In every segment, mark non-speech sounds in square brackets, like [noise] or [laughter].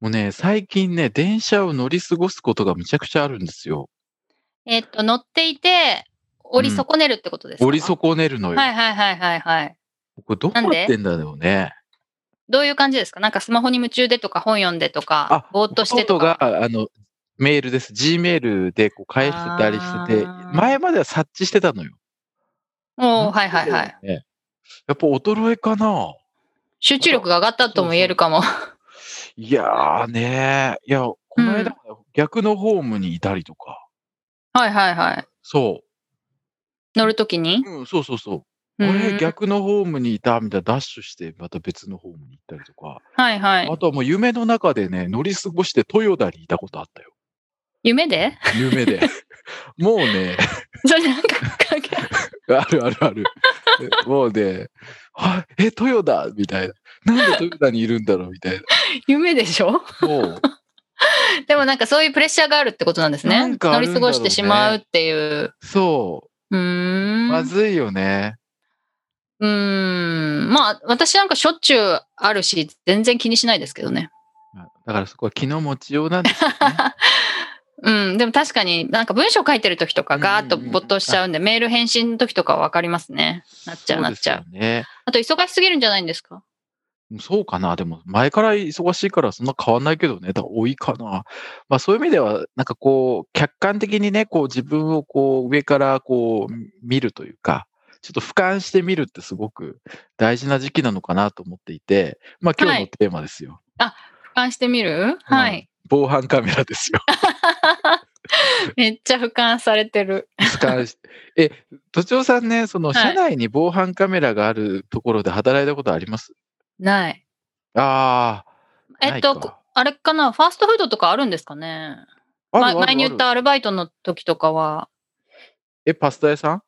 もうね、最近ね、電車を乗り過ごすことがめちゃくちゃあるんですよ。えっと乗っていて折り損ねるってことですか、折り損ねるのよ。はいはいはいはいはいこれどうなんでやってんだろうね。どういう感じですかなんかスマホに夢中でとか本読んでとかあぼーっとしてと弟かが、あの、メールです。G メールでこう返してたりしててあー、前までは察知してたのよ。おーはいはいはいね。やっぱ衰えかな集中力が上がったとも言えるかもいやーねいや、この間、逆のホームにいたりとか。はい [laughs] はいはいそ乗るときにう。うん、そうそうそう。う俺、ん逆のホームにいたみたいな、ダッシュして、また別のホームに行ったりとか。はいはいあとはもう夢の中でね、乗り過ごして豊田にいたことあったよ。夢で [laughs] 夢で。 [laughs] もうね、それなんか [laughs] 関係あるあるある。もうね、あえ、豊田みたいな。なんで豊田にいるんだろうみたい夢でしょな。もう、でもなんかそういうプレッシャーがあるってことなんですなね。んかあ乗るりん過だろうねごしてしまうっていう。そうーう、ん。まずいよね。うーん。まあ私なんかしょっちゅうあるし、全然気にしないですけどね。だからそこは気の持ちようなんですよ [laughs] ね。うん。でも確かになんか文章書いてる時とかガーッとうんうんうん没頭しちゃうんで、メール返信の時とかはわかりますね。なっちゃうそなでっすちよゃう。ね。あと忙しすぎるんじゃないんですかそうかな。でも、前から忙しいからそんな変わんないけどね。だから多いかな。まあそういう意味では、なんかこう、客観的にね、こう自分をこう上からこう見るというか、ちょっと俯瞰してみるってすごく大事な時期なのかなと思っていて、まあ今日はのいテーマですよ。俯瞰してみる [laughs] はい。防犯カメラで [laughs] すよ。めっちゃ俯瞰されてる。俯瞰しえ、都庁さんね、そのはい社内に防犯カメラがあるところで働いたことあります、ない。ああ。えっとないかあれかなファーストフードとかあるんですかねあるまあるある前に言ったアルバイトの時とかは、え、パスタ屋さん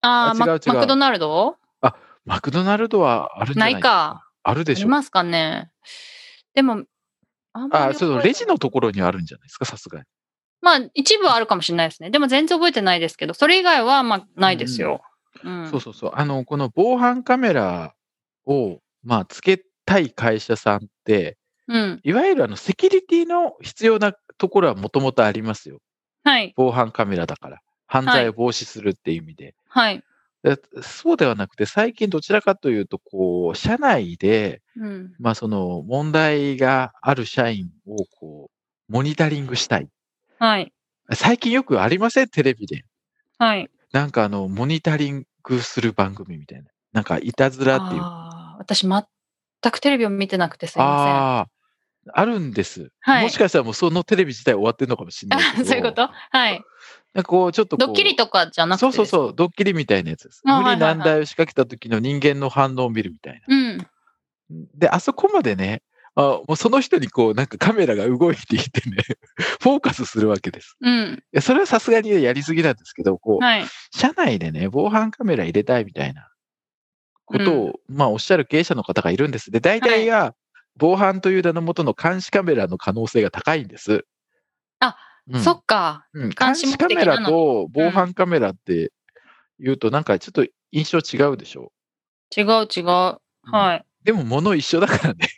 ああ、マ違う違うマクドナルドマクドナルドはあるんじゃなないいか。あるであしりょ。ますかね。でも、あんまあ、り覚えてそないのレジのところにあるんじゃないですか、さすがに。まあ、一部はあるかもしれないですね。でも全然覚えてないですけど、それ以外は、まあ、ないですよ。うんそうそうそう。あの、この防犯カメラを、まあ、つけたい会社さんって、うん。いわゆるあの、セキュリティの必要なところはもともとありますよ。はい。防犯カメラだから。犯はい罪を防止するっていう意味で。はい。でそうではなくて、最近どちらかというと、こう、社内で、うん。まあ、その、問題がある社員を、こう、モニタリングしたい。はい。最近よくありませんテレビで。はい。なんかあの、モニタリングする番組みたいな。なんか、いたずらっていう。あああ、私、全くテレビを見てなくてすいまあー、あるんです。せん。はい。もしかしたらもうそのテレビ自体終わってるのかもしれないけあど。 [laughs] そういうことはい。なんかこう、ちょっとこう。ドッキリとかじゃなくてそうそうう。そう、ドッキリみたいなやつです。あー無はい理はいはい難題を仕掛けた時の人間の反応を見るみたいな。うん。で、あそこまでね、あもうその人にこう、なんかカメラが動いていてね、 [laughs] フォーカスするわけです。うん。いやそれはさすがにやりすぎなんですけど、こう、はい。社内でね、防犯カメラ入れたいみたいなことを、まあ、おっしゃる経営者の方がいるんです。で、大体が、防犯という名のもとの監視カメラの可能性が高いんです。あ、うん、そっか。うん監監視目視的なのカメラと防犯カメラって言うと、なんかちょっと印象違うでしょ。違う違う。はい。でも、物一緒だからね。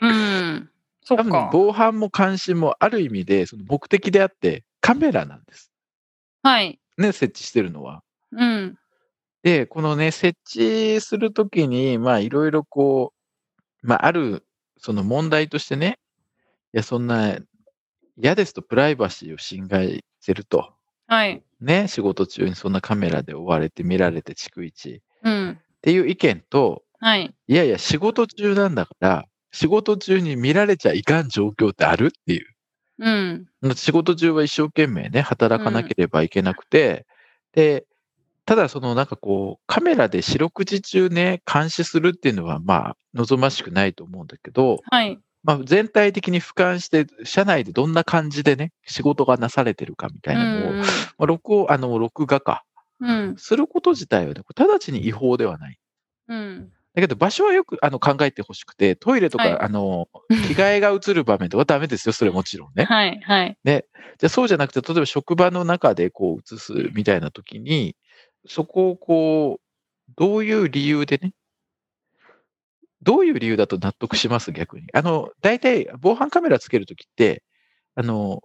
うん。そっ多分か、。防犯も監視もある意味で、その目的であって、カメラなんです。はい。ね、設置してるのは。うん。で、このね、設置するときに、まあ、いろいろこう、まあ、ある、その問題としてね、いや、そんな、嫌ですとプライバシーを侵害してると。はい。ね、仕事中にそんなカメラで追われて見られて、逐一。っうん。ていう意見と、はい。いやいや、仕事中なんだから、仕事中に見られちゃいかん状況ってあるっていう。うん。仕事中は一生懸命ね、働かなければいけなくて、で、ただそのなんかこう、カメラで四六時中ね、監視するっていうのはまあ、望ましくないと思うんだけど、はい。まあ、全体的に俯瞰して、社内でどんな感じでね、仕事がなされてるかみたいなのを、まあ、録音あの録画か、うんうんすること自体は、ね、これ直ちに違法ではない。うんだけど場所はよくあの考えてほしくて、トイレとか、はいあの着替えが映る場面とかダメですよ、それもちろんね。はいはいじゃあそうじゃなくて、例えば職場の中でこう映すみたいな時に、そこをこう、どういう理由でね、どういう理由だと納得します、逆に。あの、大体、防犯カメラつけるときって、あの、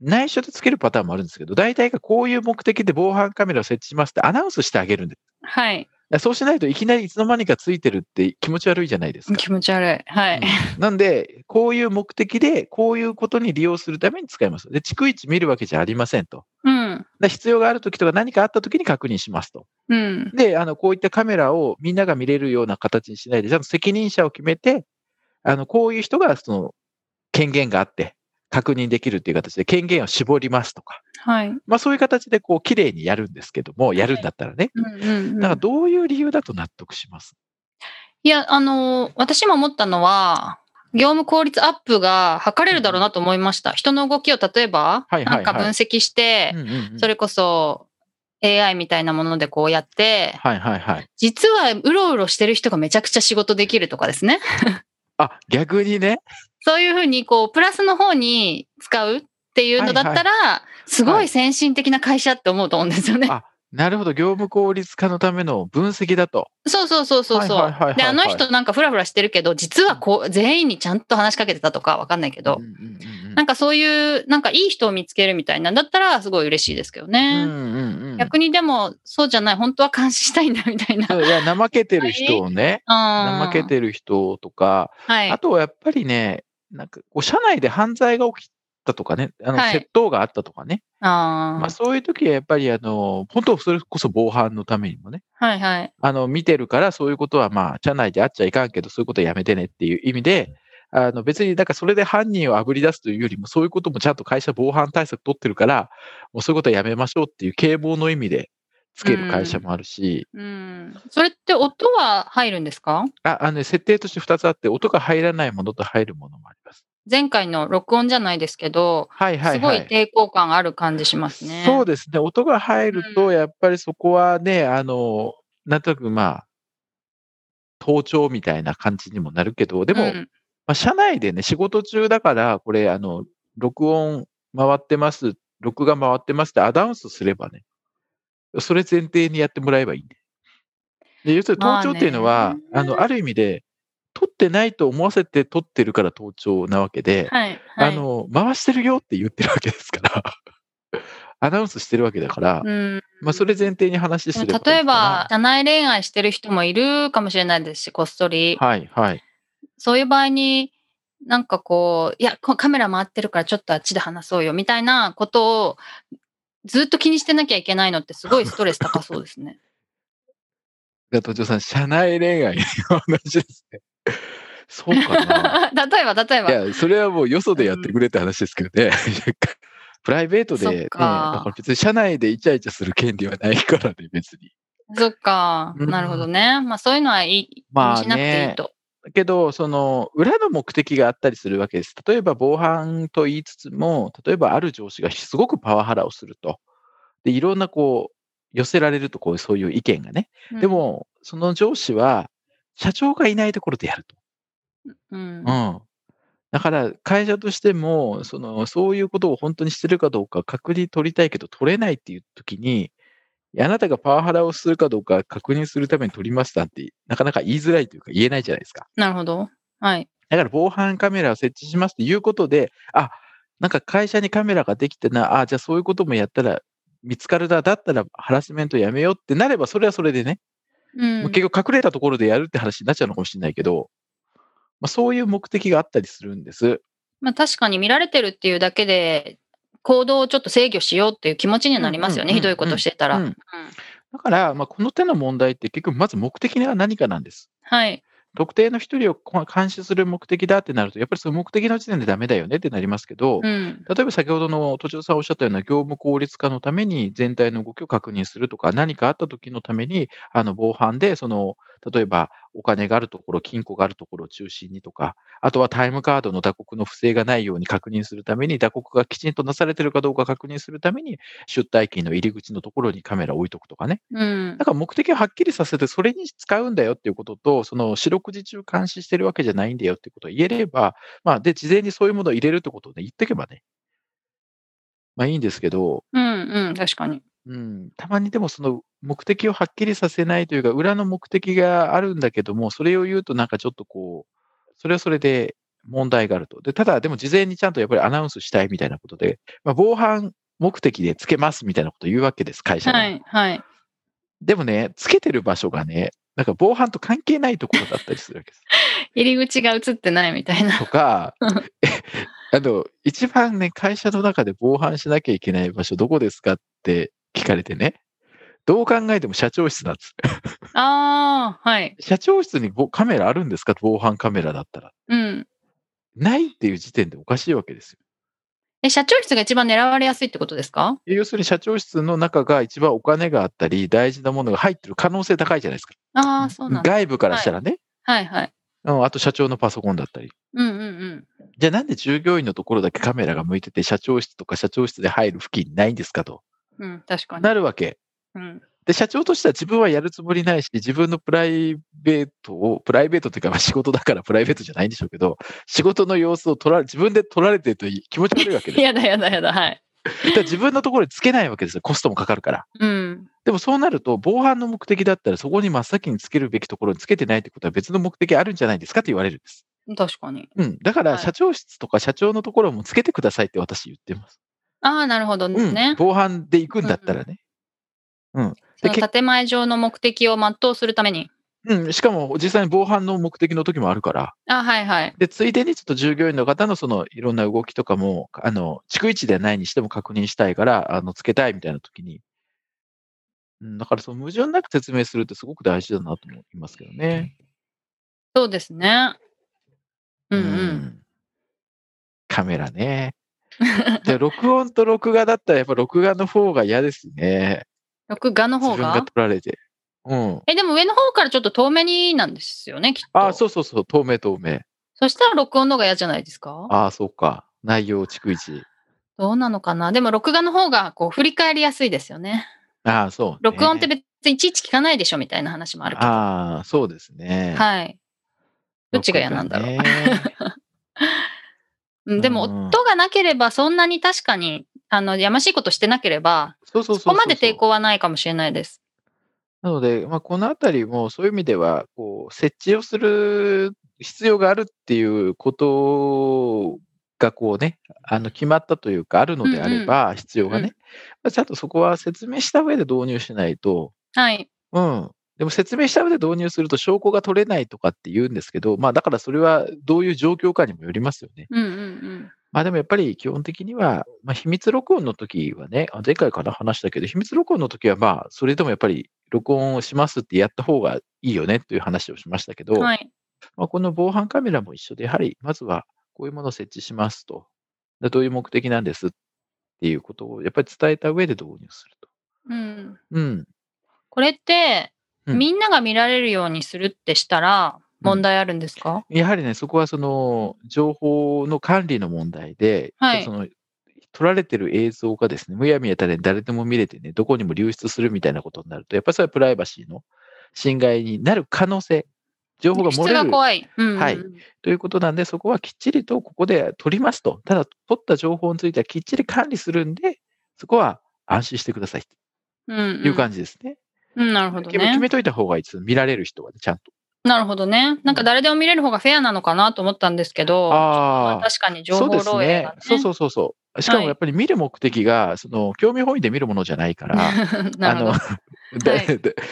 内緒でつけるパターンもあるんですけど、大体がこういう目的で防犯カメラを設置しますってアナウンスしてあげるんです。はいだからそうしないといきなりいつの間にかついてるって気持ち悪いじゃないで [laughs] すか。気持ち悪いはいなんで、こういう目的で、こういうことに利用するために使います。で、逐一見るわけじゃありませんと。うんで必要があるときとか何かあったときに確認しますと。うんで、あの、こういったカメラをみんなが見れるような形にしないで、ちゃんと責任者を決めて、あの、こういう人がその権限があって確認できるっていう形で権限を絞りますとか、はいまあそういう形でこう綺麗にやるんですけども、やるんだったらね。うんうんうだからんどういう理由だと納得しますいやあのー私も思ったのは業務効率アップが図れるだろうなと思いました人の動きを例えばはいはいなはんいか分析してうんうんうんそれこそ AI みたいなものでこうやってはいはいはい。実はうろうろしてる人がめちゃくちゃ仕事できるとかですねあ、逆にね。そういうふうにこうプラスの方に使うっていうのだったら、すごはいい先進的な会社って思うと思うんですよね。あなるほど。業務効率化のための分析だと。そうそうそうそうそはいはいはいはうい。であの人なんかフラフラしてるけど実はこう全員にちゃんと話しかけてたとかわかんないけど、うんうんうんうんなんかそういうなんかいい人を見つけるみたいなんだったらすごい嬉しいですけどね。うんうんうん逆にでもそうじゃない本当は監視したいんだみたい [laughs] な。そういや、怠けてる人をね、あ怠けてる人とか、はいあとはやっぱりね、なんかこう、社内で犯罪が起きたとかね、あの、はい窃盗があったとかね、あまあーそういう時はやっぱり、あの、本当それこそ防犯のためにもね、はいはいあの、見てるからそういうことはまあ、社内であっちゃいかんけど、そういうことはやめてねっていう意味で、あの別に、なんかそれで犯人をあぶり出すというよりも、そういうこともちゃんと会社防犯対策取ってるから、もうそういうことはやめましょうっていう警棒の意味でつける会社もあるし、うんそれって音は入るんですかああのね、設定として2つあって、音が入らないものと入るものもあります。前回の録音じゃないですけど、はいはいすごはいい。抵抗感がある感じしますね。そうですね。音が入るうと、やっぱりそこはね、あの、なんとなくまあ、盗聴みたいな感じにもなるけど、でも、うんまあ、社内でね、仕事中だから、これ、あの、録音回ってます、録画回ってますってアナウンスすればね、それ前提にやってもらえばいいんで。で要するにまあ盗聴っていうのは、ねあの、ある意味で、撮ってないと思わせて撮ってるから盗聴なわけで、はい、はい、あの、回してるよって言ってるわけですから、 [laughs] アナウンスしてるわけだから、うん、まあ、それ前提に話すればいいかな例えば、、社内恋愛してる人もいるかもしれないですし、こっそり。はい、はい。そういう場合に、なんかこう、いや、こカメラ回ってるからちょっとあっちで話そうよみたいなことをずっと気にしてなきゃいけないのってすごいストレス高そうです [laughs] ね。が、都庁さん、社内恋愛の話ですね。 [laughs] そうかな。例えば、 [laughs] 例えば。いや、それはもうよそでやってくれって話ですけどね。 [laughs] プライベートで、そっね、だかから別に社内でイチャイチャする権利はないからね、別に。そっか、うんなるほどね。まあそういうのはいい、まあ気にしなくていいと。だけど、その、裏の目的があったりするわけです。例えば、防犯と言いつつも、例えばある上司がすごくパワハラをすると。で、いろんなこう、寄せられると、こう、そういう意見がね。うんで、も、その上司は、社長がいないところでやると。うんうん。だから会社としても、その、そういうことを本当にしてるかどうか確認取りたいけど取れないっていう時に、いやあなたがパワハラをするかどうか確認するために取りましたって、なかなか言いづらいというか言えないじゃないですか。なるほど。はい。だから防犯カメラを設置しますということで、あ、なんか会社にカメラができてな、あ、じゃあそういうこともやったら見つかるな、だったらハラスメントやめようってなれば、それはそれでね、うんまあ結局隠れたところでやるって話になっちゃうのかもしれないけど、まあ、そういう目的があったりするんです。まあ、確かに見られてるっていうだけで行動をちょっと制御しようっていう気持ちにはなりますよね、うんうんうんうんひどいことしてたら、うんだから、まあ、この手の問題って結局まず目的が何かなんです。はい特定の一人をこ監視する目的だってなると、やっぱりその目的の時点でダメだよねってなりますけど、うん例えば先ほどの途中さんおっしゃったような業務効率化のために全体の動きを確認するとか、何かあった時のために、あの、防犯で、その、例えばお金があるところ、金庫があるところを中心にとか、あとはタイムカードの打刻の不正がないように確認するために、打刻がきちんとなされてるかどうか確認するために、出退金の入り口のところにカメラを置いとくとかね。うんだ。から目的をはっきりさせて、それに使うんだよっていうことと、その四六時中監視してるわけじゃないんだよっていうことを言えれば、まあ、で、事前にそういうものを入れるってことをね、言ってけばね、まあいいんですけど、うんうん、確かに。うん、たまにでもその目的をはっきりさせないというか、裏の目的があるんだけども、それを言うとなんかちょっとこう、それはそれで問題があると。で、ただでも事前にちゃんとやっぱりアナウンスしたいみたいなことで、まあ、防犯目的でつけますみたいなことを言うわけです、会社が。はいはい。でもね、つけてる場所がね、なんか防犯と関係ないところだったりする [laughs] わけです。入り口が映ってないみたい [laughs] な。とか、 [laughs] あの、一番ね、会社の中で防犯しなきゃいけない場所どこですかって聞かれてね、どう考えても社長室なんです。ああ、はい。社長室にぼカメラあるんですか防犯カメラだったら。うん。ないっていう時点でおかしいわけですよ。え、社長室が一番狙われやすいってことですか要するに社長室の中が一番お金があったり、大事なものが入ってる可能性高いじゃないですか。ああ、そうなんだ。外部からしたらね、はいはい。うん。あと社長のパソコンだったり。うんうんうん。じゃあなんで従業員のところだけカメラが向いてて、社長室とか社長室で入る付近にないんですかとうん、確かに。なるわけ。うん、で、社長としては自分はやるつもりないし、自分のプライベートを、プライベートというか、まあ仕事だからプライベートじゃないんでしょう [laughs] けど、仕事の様子を撮られ、自分で撮られてると気持ち悪いわけですよやだやだやだ、はい。だから自分のところにつけないわけですよ。コストもかかるから。うん。でもそうなると、防犯の目的だったら、そこに真っ先につけるべきところにつけてないってことは別の目的あるんじゃないですかって言われるんです。確かに。うん。だかはら、い社長室とか社長のところもつけてくださいって私言ってます。ああ、なるほどですうんね。防犯で行くんだったらね。そのけ建前上の目的を全うするために。うん。しかも、実際に防犯の目的の時もあるから。あはいはい。で、ついでにちょっと従業員の方のそのいろんな動きとかも、あの、逐一ではないにしても確認したいから、あの、つけたいみたいな時に。うんだからその矛盾なく説明するってすごく大事だなと思いますけどね。そうですね。うんうん。んカメラ [laughs] ね。で、録音と録画だったらやっぱ録画の方が嫌ですね。録画の自方分がが撮。られて。うん。え、でも上の方からちょっと遠目になんですよね、きっと。ああ、そうそうそう、透明透明。そしたら録音の方が嫌じゃないですかああ、そうか。内容を逐一。どうなのかなでも録画の方がこう振り返りやすいですよね。ああ、そう、ね。録音って別にいちいち聞かないでしょみたいな話もあるけど。ああ、そうですね。はい。どっちが嫌なんだろう。録画 [laughs] ねうんでもうんうん音がなければそんなに確かにあのやましいことしてなければそうそうそうそこまで抵抗はないかもしれないです。なので、まあ、このあたりもそういう意味では、こう、設置をする必要があるっていうことが、こうね、あの、決まったというか、あるのであれば、必要がね、うんまあちゃんとそこは説明した上で導入しないと、はい。うん。でも説明した上で導入すると証拠が取れないとかって言うんですけど、まあだからそれはどういう状況かにもよりますよね。うんうんうん。まあでもやっぱり基本的には、まあ、秘密録音の時はね、あ前回から話したけど、秘密録音の時はまあ、それでもやっぱり録音をしますってやった方がいいよねという話をしましたけど、はい。まあ、この防犯カメラも一緒で、やはりまずはこういうものを設置しますと、でどういう目的なんですっていうことをやっぱり伝えた上で導入すると。うん、うん。これって、うんみんなが見られるようにするってしたら問題あるんですか、やはりね、そこはその情報の管理の問題で、はいその撮られてる映像がですね、むやみやたらに誰でも見れてね、どこにも流出するみたいなことになると、やっぱりそれはプライバシーの侵害になる可能性、情報が漏質れがる怖い。うんうんうん、はいということなんで、そこはきっちりとここで撮りますと、ただ撮った情報についてはきっちり管理するんで、そこは安心してくださいうんとうんいう感じですね。うん、なるほど決め決ね。めといた方がいいです。見られる人はね、ちゃんと。なるほどね。なんか誰でも見れる方がフェアなのかなと思ったんですけど、まあああ。確かに情報漏洩がね。そうそうそうそう。しかもやっぱり見る目的が、その興味本位で見るものじゃないから、 [laughs] なるほど。だだ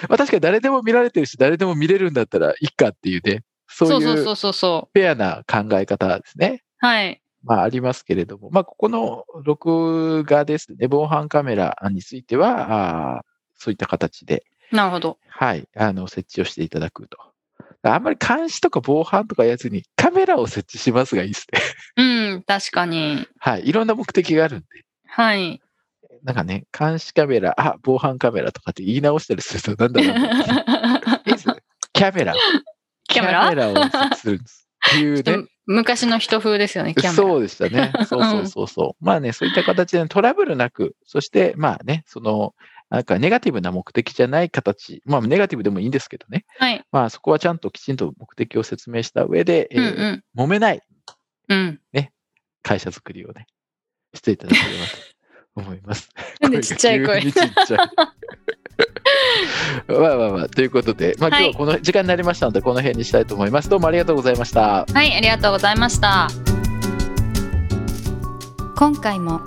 まあ確かに誰でも見られてるし、誰でも見れるんだったらいいかっていうね、そそうういそううフそうそうそェアな考え方ですね。う。はい。まあありますけれども、まあここの録画ですね、防犯カメラについては、あーそういった形で、なるほど。はい、あの、設置をしていただくと。あんまり監視とか防犯とかやつにカメラを設置しますがいいですね。うん、確かに。はい。いろんな目的があるんで。はい。なんかね、 [laughs] 監視カメラ、あ、防犯カメラとかって言い直したりすると、なんだろうな。いいですね。キャメラ。キャメラキャメラを設置するんです。って [laughs] いうちょねっ。と昔の人風ですよね、キャメラ。そうでしたね。そうそうそうそう。まあね、そういった形でトラブルなく、そしてまあね、その、なんかネガティブな目的じゃない形、まあネガティブでもいいんですけどね、はい。まあそこはちゃんときちんと目的を説明した上で、うえんーうん。揉めないうん。会社作りをね、していただければ [laughs] と思います。なんでちっちゃい声が急にちっちゃい [laughs] まあまあまあ、ということで、まあ今はい日はこの時間になりましたので、この辺にしたいと思います。どうもありがとうございました。はい、ありがとうございました。今回も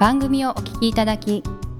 番組をお聞きいただき